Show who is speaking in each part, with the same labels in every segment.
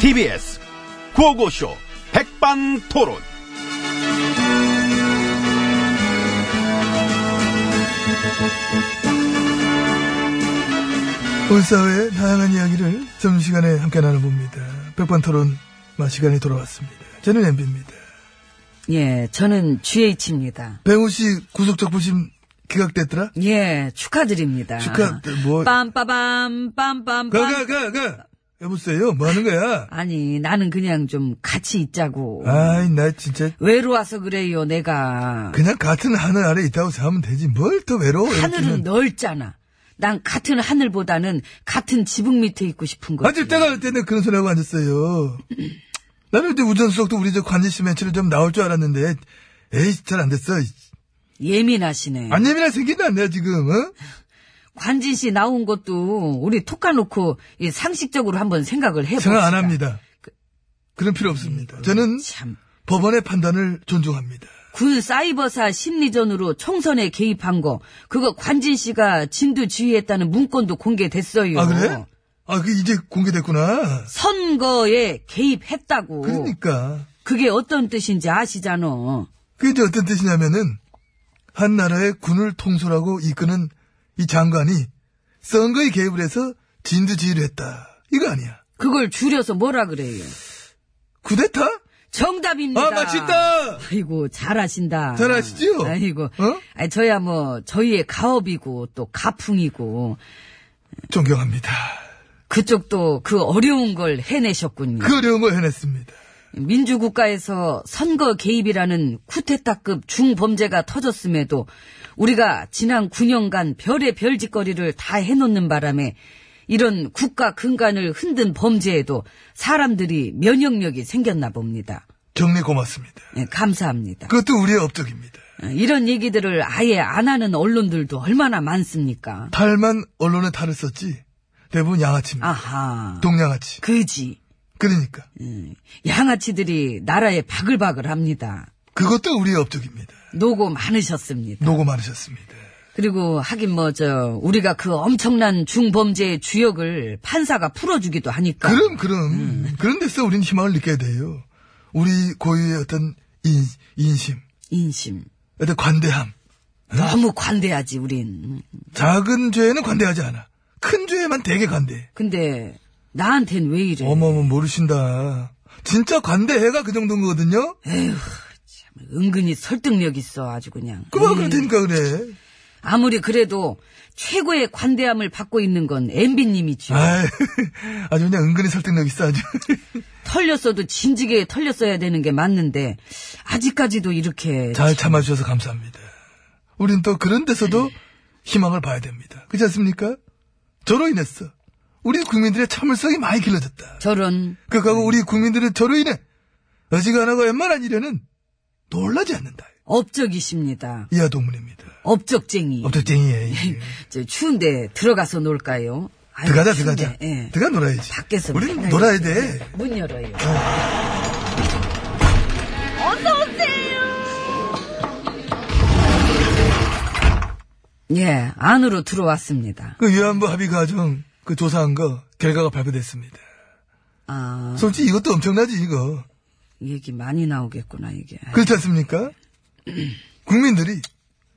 Speaker 1: TBS 구호고쇼 백반토론.
Speaker 2: 온 사회의 다양한 이야기를 점심시간에 함께 나눠봅니다. 백반토론 시간이 돌아왔습니다. 저는 엠비입니다.
Speaker 3: 예, 저는 GH입니다.
Speaker 2: 배우 씨 구속적 부심 기각됐더라?
Speaker 3: 예, 축하드립니다.
Speaker 2: 축하, 뭐-
Speaker 3: 빰빠밤, 빰빰빰.
Speaker 2: 가, 가, 가, 가! 여보세요? 뭐 하는 거야?
Speaker 3: 아니, 나는 그냥 좀 같이 있자고.
Speaker 2: 아이, 나 진짜
Speaker 3: 외로워서 그래요, 내가.
Speaker 2: 그냥 같은 하늘 아래 있다고 생각하면 되지. 뭘 또 외로워?
Speaker 3: 하늘은
Speaker 2: 이렇게는.
Speaker 3: 넓잖아. 난 같은 하늘보다는 같은 지붕 밑에 있고 싶은 거지.
Speaker 2: 앉을 아, 때가 그때는 그런 소리 하고 앉았어요. 나는 이제 우전수석도 우리 저 관제씨 멘트를 좀 나올 줄 알았는데, 에이, 잘 안 됐어.
Speaker 3: 예민하시네.
Speaker 2: 안 예민한 생긴다, 안 내가 지금, 어?
Speaker 3: 관진 씨 나온 것도 우리 톡 까놓고 이 상식적으로 한번 생각을 해봅시다.
Speaker 2: 생각 안 합니다. 그런 필요 없습니다. 저는
Speaker 3: 참.
Speaker 2: 법원의 판단을 존중합니다.
Speaker 3: 군그 사이버사 심리전으로 총선에 개입한 거 그거 관진 씨가 진두 지휘했다는 문건도 공개됐어요.
Speaker 2: 아, 그래? 아, 그 이제 공개됐구나.
Speaker 3: 선거에 개입했다고.
Speaker 2: 그러니까.
Speaker 3: 게 어떤 뜻인지 아시잖아.
Speaker 2: 그게 이제 어떤 뜻이냐면은, 한 나라의 군을 통솔하고 이끄는 이 장관이 선거에 개입을 해서 진두지휘를 했다. 이거 아니야.
Speaker 3: 그걸 줄여서 뭐라 그래요?
Speaker 2: 쿠데타?
Speaker 3: 정답입니다.
Speaker 2: 아, 맞췄다!
Speaker 3: 아이고 잘하신다.
Speaker 2: 잘하시지요?
Speaker 3: 아이고,
Speaker 2: 어?
Speaker 3: 아니, 저야 뭐 저희의 가업이고 또 가풍이고
Speaker 2: 존경합니다.
Speaker 3: 그쪽도 그 어려운 걸 해내셨군요.
Speaker 2: 그 어려운 걸 해냈습니다.
Speaker 3: 민주국가에서 선거 개입이라는 쿠데타급 중범죄가 터졌음에도 우리가 지난 9년간 별의 별짓거리를 다 해놓는 바람에 이런 국가 근간을 흔든 범죄에도 사람들이 면역력이 생겼나 봅니다.
Speaker 2: 정리 고맙습니다.
Speaker 3: 예, 감사합니다. 예,
Speaker 2: 그것도 우리의 업적입니다.
Speaker 3: 이런 얘기들을 아예 안 하는 언론들도 얼마나 많습니까?
Speaker 2: 탈만 언론에 탈을 썼지. 대부분 양아치입니다.
Speaker 3: 아하.
Speaker 2: 동양아치.
Speaker 3: 그지.
Speaker 2: 그러니까.
Speaker 3: 음, 양아치들이 나라에 바글바글 합니다.
Speaker 2: 그것도 우리의 업적입니다.
Speaker 3: 노고 많으셨습니다.
Speaker 2: 노고 많으셨습니다.
Speaker 3: 그리고 하긴 뭐 저 우리가 그 엄청난 중범죄의 주역을 판사가 풀어주기도 하니까
Speaker 2: 그럼, 그럼. 그런 데서 우린 희망을 느껴야 돼요. 우리 고유의 어떤 인, 인심,
Speaker 3: 인심
Speaker 2: 어떤 관대함.
Speaker 3: 너무 관대하지 우린
Speaker 2: 작은 죄에는 관대하지 않아. 큰 죄에만 되게 관대해.
Speaker 3: 근데 나한텐 왜 이래
Speaker 2: 어머머, 모르신다. 진짜 관대해가 그 정도인 거거든요?
Speaker 3: 은근히 설득력 있어 아주 그냥 음,
Speaker 2: 그만 그렇다니까 그래.
Speaker 3: 아무리 그래도 최고의 관대함을 받고 있는 건 엠비님이죠
Speaker 2: 아이, 아주 그냥 은근히 설득력 있어, 아주.
Speaker 3: 털렸어도 진지게 털렸어야 되는 게 맞는데 아직까지도 이렇게
Speaker 2: 잘 참아주셔서 감사합니다. 우린 또 그런
Speaker 3: 네.
Speaker 2: 데서도 희망을 봐야 됩니다. 그렇지 않습니까? 저로 인해서 우리 국민들의 참을성이 많이 길러졌다.
Speaker 3: 저런
Speaker 2: 그하고 우리 국민들은 저로 인해 어지간하고 웬만한 일에는 놀라지 않는다.
Speaker 3: 업적이십니다
Speaker 2: 이하 동문입니다.
Speaker 3: 업적쟁이
Speaker 2: 업적쟁이에
Speaker 3: 저 추운데 들어가서 놀까요? 아유,
Speaker 2: 들어가자
Speaker 3: 추운데,
Speaker 2: 들어가자.
Speaker 3: 예.
Speaker 2: 들어가 놀아야지.
Speaker 3: 밖에서
Speaker 2: 우린
Speaker 3: 맨날
Speaker 2: 놀아야
Speaker 3: 이렇게
Speaker 2: 돼.
Speaker 3: 문 열어요. 예, 안으로 들어왔습니다.
Speaker 2: 그 위안부 합의 과정 그 조사한 거 결과가 발표됐습니다.
Speaker 3: 아,
Speaker 2: 솔직히 이것도 엄청나지 이거.
Speaker 3: 얘기 많이 나오겠구나, 이게.
Speaker 2: 그렇지 않습니까? 국민들이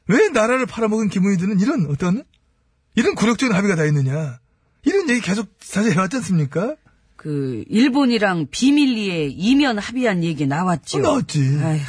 Speaker 2: 왜 나라를 팔아먹은 기분이 드는 이런 어떤 이런 굴욕적인 합의가 다 있느냐 이런 얘기 계속 사실 해왔지 않습니까?
Speaker 3: 그, 일본이랑 비밀리에 이면 합의한 얘기 나왔죠.
Speaker 2: 어, 나왔지.
Speaker 3: 아휴,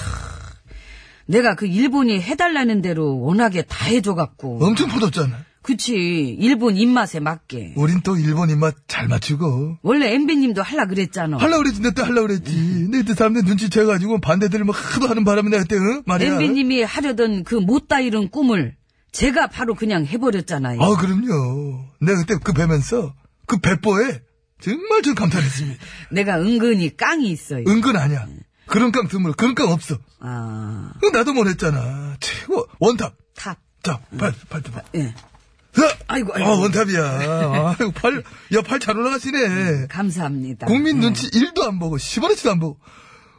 Speaker 3: 내가 그 일본이 해달라는 대로 워낙에 다 해줘갖고.
Speaker 2: 엄청 퍼졌잖아.
Speaker 3: 그치, 일본 입맛에 맞게.
Speaker 2: 우린 또 일본 입맛 잘 맞추고
Speaker 3: 원래 엠비님도 할라 그랬잖아.
Speaker 2: 할라 그랬지 내 때 할라 그랬지. 근데 그때 사람들 눈치채가지고 반대들을 막 하도 하는 바람에 내가 그때 응? 말이야.
Speaker 3: 엠비님이 하려던 그 못다 이룬 꿈을 제가 바로 그냥 해버렸잖아요.
Speaker 2: 아 그럼요. 내가 그때 그 뵈면서 그 배뽀에 정말 좀 감탄했습니다.
Speaker 3: 내가 은근히 깡이 있어요.
Speaker 2: 은근 아니야. 그런 깡 드물 그런 깡 없어.
Speaker 3: 아,
Speaker 2: 그거 나도 못했잖아. 최고 원탑.
Speaker 3: 탑.
Speaker 2: 자, 발, 발 좀.
Speaker 3: 예. 아이고, 아이고.
Speaker 2: 아, 원탑이야. 아이고, 팔, 야, 팔 잘 올라가시네.
Speaker 3: 감사합니다. 예.
Speaker 2: 국민
Speaker 3: 음.
Speaker 2: 눈치 1도 안 보고, 10원어치도 안 보고.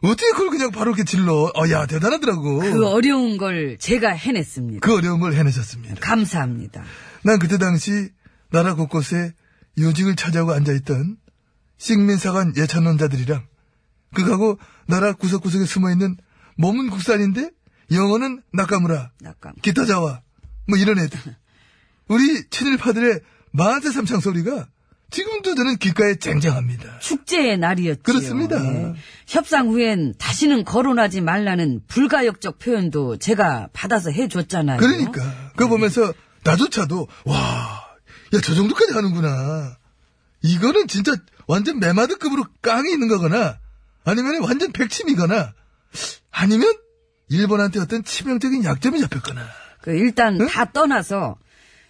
Speaker 2: 어떻게 그걸 그냥 바로 이렇게 질러? 어, 야, 대단하더라고.
Speaker 3: 그 어려운 걸 제가 해냈습니다.
Speaker 2: 그 어려움을 해내셨습니다.
Speaker 3: 감사합니다.
Speaker 2: 난 그때 당시 나라 곳곳에 요직을 차지하고 앉아있던 식민사관 예천론자들이랑 그하고 나라 구석구석에 숨어있는 몸은 국산인데 영어는 나카무라
Speaker 3: 낙감.
Speaker 2: 기타자와 뭐 이런 애들 우리 친일파들의 만세 삼창 소리가 지금도 저는 귓가에 쟁쟁합니다.
Speaker 3: 축제의 날이었지요. 예.
Speaker 2: 그렇습니다.
Speaker 3: 협상 후엔 다시는 거론하지 말라는 불가역적 표현도 제가 받아서 해줬잖아요. 네.
Speaker 2: 그러니까 그거 보면서 나조차도 와야 저 정도까지 하는구나. 이거는 진짜 완전 메마드급으로 깡이 있는 거거나 아니면 완전 백침이거나 아니면 일본한테 어떤 치명적인 약점이 잡혔거나
Speaker 3: 그 일단
Speaker 2: 응?
Speaker 3: 다 떠나서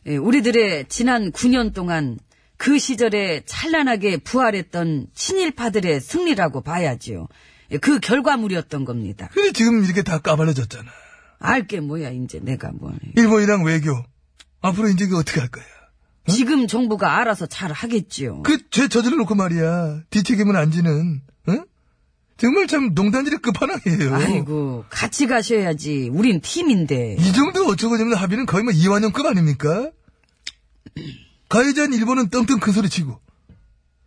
Speaker 3: 예, 우리들의 지난 9년 동안 그 시절에 찬란하게 부활했던 친일파들의 승리라고 봐야지요. 예, 그 결과물이었던 겁니다.
Speaker 2: 근데 지금 이렇게 다 까발려졌잖아.
Speaker 3: 알게 뭐야 이제 내가 뭘.
Speaker 2: 일본이랑 외교 앞으로 이제 그 어떻게 할 거야?
Speaker 3: 지금 정부가 알아서 잘 하겠지요.
Speaker 2: 그 죄 저질러 놓고 말이야 뒤책임은 안 지는 응? 정말 참 농단질의 끝판왕이에요.
Speaker 3: 아이고 같이 가셔야지. 우린 팀인데.
Speaker 2: 이 정도 어쩌고저쩌고 합의는 거의 뭐 이완용급 아닙니까? 가해자인 일본은 떵떵 큰 소리 치고,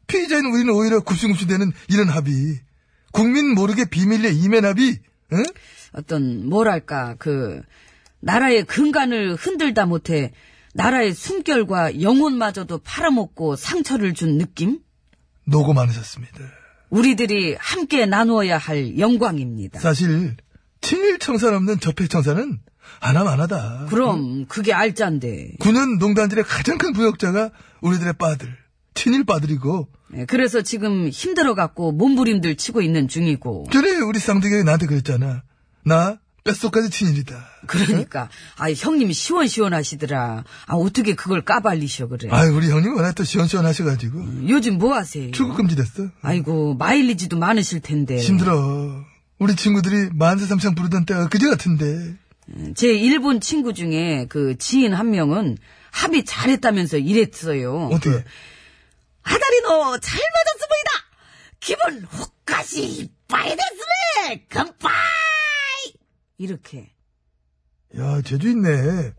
Speaker 2: 피해자인 우리는 오히려 굽신굽신 되는 이런 합의. 국민 모르게 비밀리에 이면 합의, 응?
Speaker 3: 어떤 뭐랄까 그 나라의 근간을 흔들다 못해 나라의 숨결과 영혼마저도 팔아먹고 상처를 준 느낌?
Speaker 2: 노고 많으셨습니다.
Speaker 3: 우리들이 함께 나누어야 할 영광입니다.
Speaker 2: 사실, 친일 청산 없는 접핵 청산은 하나만하다.
Speaker 3: 그럼 그게 알짠데.
Speaker 2: 9년 농단질의 가장 큰 부역자가 우리들의 빠들, 친일 빠들이고,
Speaker 3: 예, 그래서 지금 힘들어갖고 몸부림들 치고 있는 중이고.
Speaker 2: 전에 우리 쌍둥이가 나한테 그랬잖아. 나, 뼛속까지 친일이다.
Speaker 3: 그러니까 아 형님 시원시원하시더라. 아 어떻게 그걸 까발리셔 그래.
Speaker 2: 아유, 우리 형님 워낙 또 시원시원하셔가지고.
Speaker 3: 요즘 뭐 하세요?
Speaker 2: 출국 금지됐어.
Speaker 3: 아이고 마일리지도 많으실 텐데.
Speaker 2: 힘들어. 우리 친구들이 만세 삼창 부르던 때가 그제 같은데.
Speaker 3: 예, 제 일본 친구 중에 그 지인 한 명은 합의 잘했다면서 이랬어요.
Speaker 2: 어떻게?
Speaker 3: 아다리 너잘 맞았습니다. 기분 혹까지 빠이 됐으네. 컴파이 이렇게
Speaker 2: 야, 제주 있네.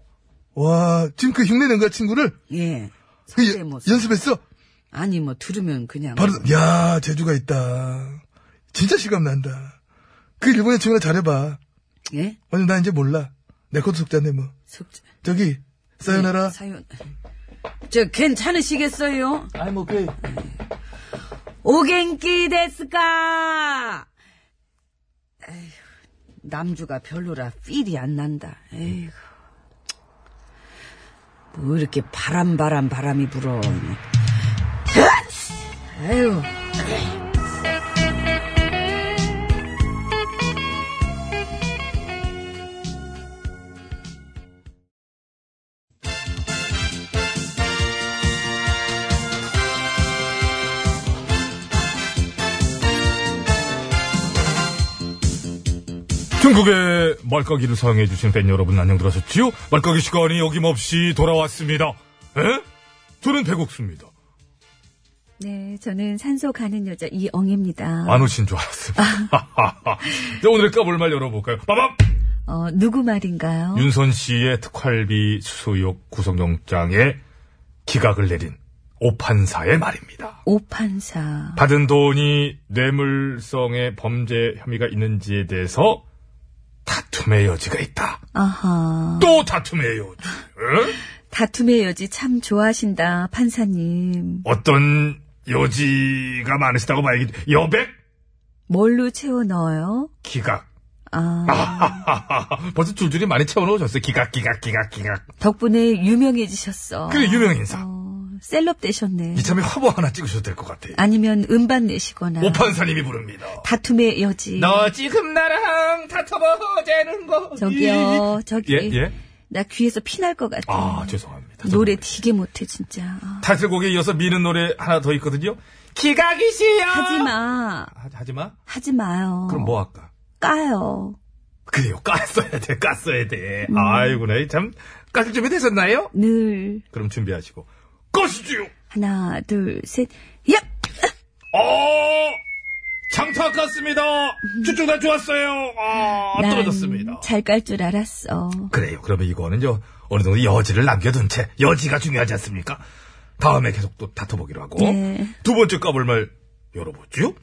Speaker 2: 와, 지금 그 흉내 낸가 친구를
Speaker 3: 예
Speaker 2: 그
Speaker 3: 성대
Speaker 2: 여-
Speaker 3: 모습
Speaker 2: 연습했어?
Speaker 3: 아니 뭐 들으면 그냥
Speaker 2: 바로, 야, 제주가 있다. 진짜 시감 난다. 그 일본의 친구나 잘해봐.
Speaker 3: 예
Speaker 2: 아니, 나 이제 몰라. 내 것도 속자네, 뭐.
Speaker 3: 속자 예,
Speaker 2: 저기, 사연하라.
Speaker 3: 네, 사연 저 괜찮으시겠어요?
Speaker 2: 아이, 뭐, 그래.
Speaker 3: 오갱키 데스까? 에휴, 남주가 별로라 필이 안 난다. 에휴. 뭐 이렇게 바람 바람 바람이 불어. 으앗! 에휴.
Speaker 4: 중국의 말까기를 사랑해주신 팬 여러분 안녕 들하셨지요? 말까기 시간이 어김없이 돌아왔습니다. 에? 저는 배국수입니다.
Speaker 5: 네, 저는 산소 가는 여자 이엉입니다.
Speaker 4: 안 오신 줄 알았습니다. 자, 오늘의 까불 말 열어볼까요? 빠밤!
Speaker 5: 어, 누구 말인가요?
Speaker 4: 윤선 씨의 특활비 수수 의혹 구속영장에 기각을 내린 오판사의 말입니다.
Speaker 5: 오판사.
Speaker 4: 받은 돈이 뇌물성의 범죄 혐의가 있는지에 대해서 다툼의 여지가 있다.
Speaker 5: 아하.
Speaker 4: 또 다툼의 여지. 에?
Speaker 5: 다툼의 여지 참 좋아하신다, 판사님.
Speaker 4: 어떤 여지가 많으시다고 봐야겠, 여백?
Speaker 5: 뭘로 채워 넣어요?
Speaker 4: 기각.
Speaker 5: 아,
Speaker 4: 벌써 줄줄이 많이 채워놓으셨어요. 기각, 기각, 기각, 기각.
Speaker 5: 덕분에 유명해지셨어.
Speaker 4: 그래, 유명인사.
Speaker 5: 어, 셀럽 되셨네.
Speaker 4: 이참에 화보 하나 찍으셔도 될 것 같아요.
Speaker 5: 아니면 음반 내시거나.
Speaker 4: 오판사님이 부릅니다.
Speaker 5: 다툼의 여지.
Speaker 4: 너 지금 나랑 다퉈보자는 거.
Speaker 5: 저기요, 저기.
Speaker 4: 예, 예.
Speaker 5: 나 귀에서 피날 것 같아.
Speaker 4: 아, 죄송합니다.
Speaker 5: 노래 되게 못해, 진짜. 아,
Speaker 4: 타슬곡에 이어서 미는 노래 하나 더 있거든요. 기각이 시여.
Speaker 5: 하지 마.
Speaker 4: 하- 하지 마?
Speaker 5: 하지 마요.
Speaker 4: 그럼 뭐 할까?
Speaker 5: 까요.
Speaker 4: 그래요. 깠어야 돼, 깠어야 돼. 아이고, 나 참. 깠을 준비 되셨나요?
Speaker 5: 늘
Speaker 4: 그럼 준비하시고. 깠시지요!
Speaker 5: 하나, 둘, 셋, 얍!
Speaker 4: 어! 장타 깠습니다. 쭉쭉 다 좋았어요. 아,
Speaker 3: 네.
Speaker 4: 떨어졌습니다.
Speaker 5: 잘 깔 줄 알았어.
Speaker 4: 그래요. 그러면 이거는요, 어느 정도 여지를 남겨둔 채, 여지가 중요하지 않습니까? 다음에 계속 또 다퉈보기로 하고.
Speaker 5: 네.
Speaker 4: 두 번째 까불말 열어보죠.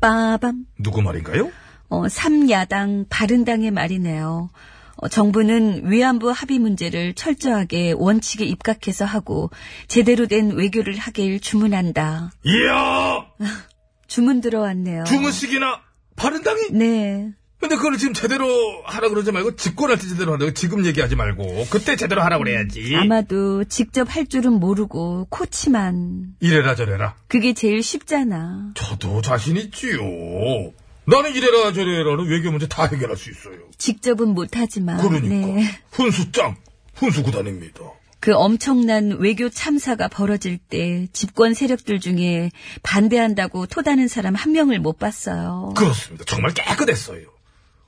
Speaker 3: 빠밤.
Speaker 4: 누구 말인가요?
Speaker 3: 어, 삼야당 바른당의 말이네요. 어, 정부는 외안부 합의 문제를 철저하게 원칙에 입각해서 하고 제대로 된 외교를 하길 주문한다. 아.
Speaker 4: 이야!
Speaker 3: 주문 들어왔네요.
Speaker 4: 주문식이나 바른당이?
Speaker 3: 네.
Speaker 4: 근데 그걸 지금 제대로 하라 그러지 말고 집권할 때 제대로 하라고 지금 얘기하지 말고 그때 제대로 하라 그래야지.
Speaker 3: 아마도 직접 할 줄은 모르고 코치만
Speaker 4: 이래라 저래라.
Speaker 3: 그게 제일 쉽잖아.
Speaker 4: 저도 자신 있지요. 나는 이래라 저래라는 외교 문제 다 해결할 수 있어요.
Speaker 3: 직접은 못하지만
Speaker 4: 그러니까
Speaker 3: 네.
Speaker 4: 훈수짱 훈수구단입니다.
Speaker 3: 그 엄청난 외교 참사가 벌어질 때 집권 세력들 중에 반대한다고 토다는 사람 한 명을 못 봤어요.
Speaker 4: 그렇습니다. 정말 깨끗했어요.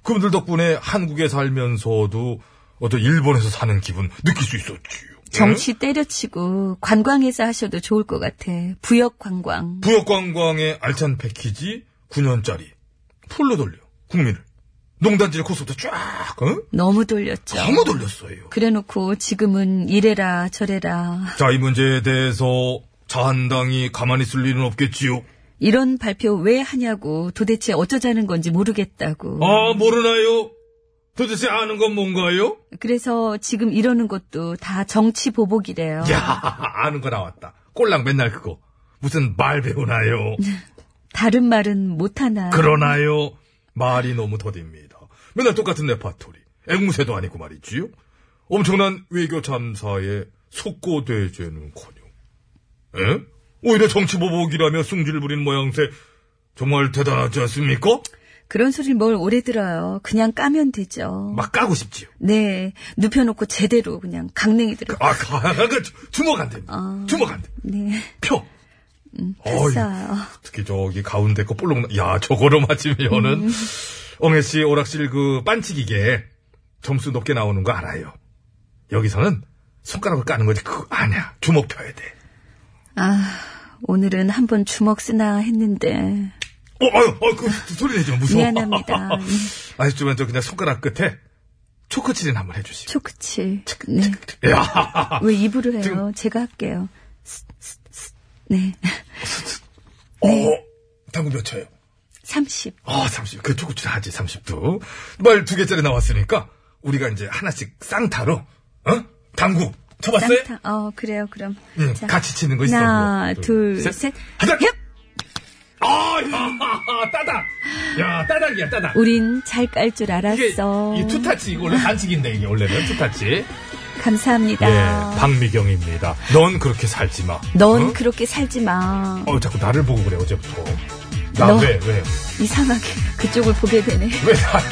Speaker 4: 그분들 덕분에 한국에 살면서도 어떤 일본에서 사는 기분 느낄 수 있었지요. 예?
Speaker 3: 정치 때려치고 관광에서 하셔도 좋을 것 같아. 부역 관광.
Speaker 4: 부역관광의 알찬 패키지 9년짜리 풀로 돌려 국민을 농단질 코스부터 쫙 어?
Speaker 3: 너무 돌렸죠.
Speaker 4: 너무 돌렸어요.
Speaker 3: 그래놓고 지금은 이래라 저래라
Speaker 4: 자 이 문제에 대해서 자한당이 가만히 있을 일은 없겠지요.
Speaker 3: 이런 발표 왜 하냐고 도대체 어쩌자는 건지 모르겠다고.
Speaker 4: 아 모르나요? 도대체 아는 건 뭔가요?
Speaker 3: 그래서 지금 이러는 것도 다 정치 보복이래요.
Speaker 4: 야 아는 거 나왔다. 꼴랑 맨날 그거 무슨 말 배우나요?
Speaker 3: 다른 말은 못하나.
Speaker 4: 그러나요? 말이 너무 더딥니다. 맨날 똑같은 레파토리. 앵무새도 아니고 말이지요. 엄청난 외교 참사에 속고대죄는커녕. 에? 오히려 정치보복이라며 숭질 부린 모양새 정말 대단하지 않습니까?
Speaker 3: 그런 소리를 뭘 오래 들어요. 그냥 까면 되죠.
Speaker 4: 막 까고 싶지요.
Speaker 3: 네. 눕혀놓고 제대로 그냥 강냉이 들어.
Speaker 4: 아, 가, 그 주먹 안 됩니다. 주먹 안 돼.
Speaker 3: 네.
Speaker 4: 펴. 그- 어이,
Speaker 3: 됐어요.
Speaker 4: 특히 저기 가운데 거 볼록 나- 야 저거로
Speaker 3: 음.
Speaker 4: 맞으면은 엉애 씨 오락실 그 반칙이게 점수 높게 나오는 거 알아요. 여기서는 손가락을 까는 거지 그거 아니야 주먹 펴야 돼.
Speaker 3: 아, 오늘은 한번 주먹 쓰나 했는데.
Speaker 4: 어, 아유, 어, 그 소리 내지 마 무서워.
Speaker 3: 미안합니다.
Speaker 4: 아쉽지만 저 그냥 손가락 끝에 초크 칠인 한번 해주시고.
Speaker 3: 초크치. 네.
Speaker 4: 야,
Speaker 3: 왜 입으로 해요?
Speaker 4: 아, 지금-
Speaker 3: 제가 할게요. 스- 스- 스- 네.
Speaker 4: 어, 당구 몇 쳐요?
Speaker 3: 30.
Speaker 4: 아, 30. 그 초코치를 하지, 30도. 말 두 개짜리 나왔으니까, 우리가 이제 하나씩 쌍타로, 어? 당구, 쳐봤어요?
Speaker 3: 쌍타. 어, 그래요, 그럼.
Speaker 4: 응,
Speaker 3: 자,
Speaker 4: 아, 네, 예, 같이 치는 거 있어.
Speaker 3: 하나,
Speaker 4: 뭐.
Speaker 3: 둘, 셋.
Speaker 4: 하자!
Speaker 3: 얍!
Speaker 4: 아, 야, 따닥! 야, 따닥이야, 따닥.
Speaker 3: 우린 잘 깔 줄
Speaker 4: 이게,
Speaker 3: 알았어.
Speaker 4: 이 투타치, 이거 원래 반칙인데, 이게 원래는 투타치.
Speaker 3: 감사합니다.
Speaker 4: 예, 박미경입니다. 넌 그렇게 살지 마.
Speaker 3: 넌
Speaker 4: 어?
Speaker 3: 그렇게 살지 마.
Speaker 4: 어, 자꾸 나를 보고 그래, 어제부터. 나
Speaker 3: 너.
Speaker 4: 왜, 왜,
Speaker 3: 이상하게 그쪽을 보게 되네.
Speaker 4: 왜 나를.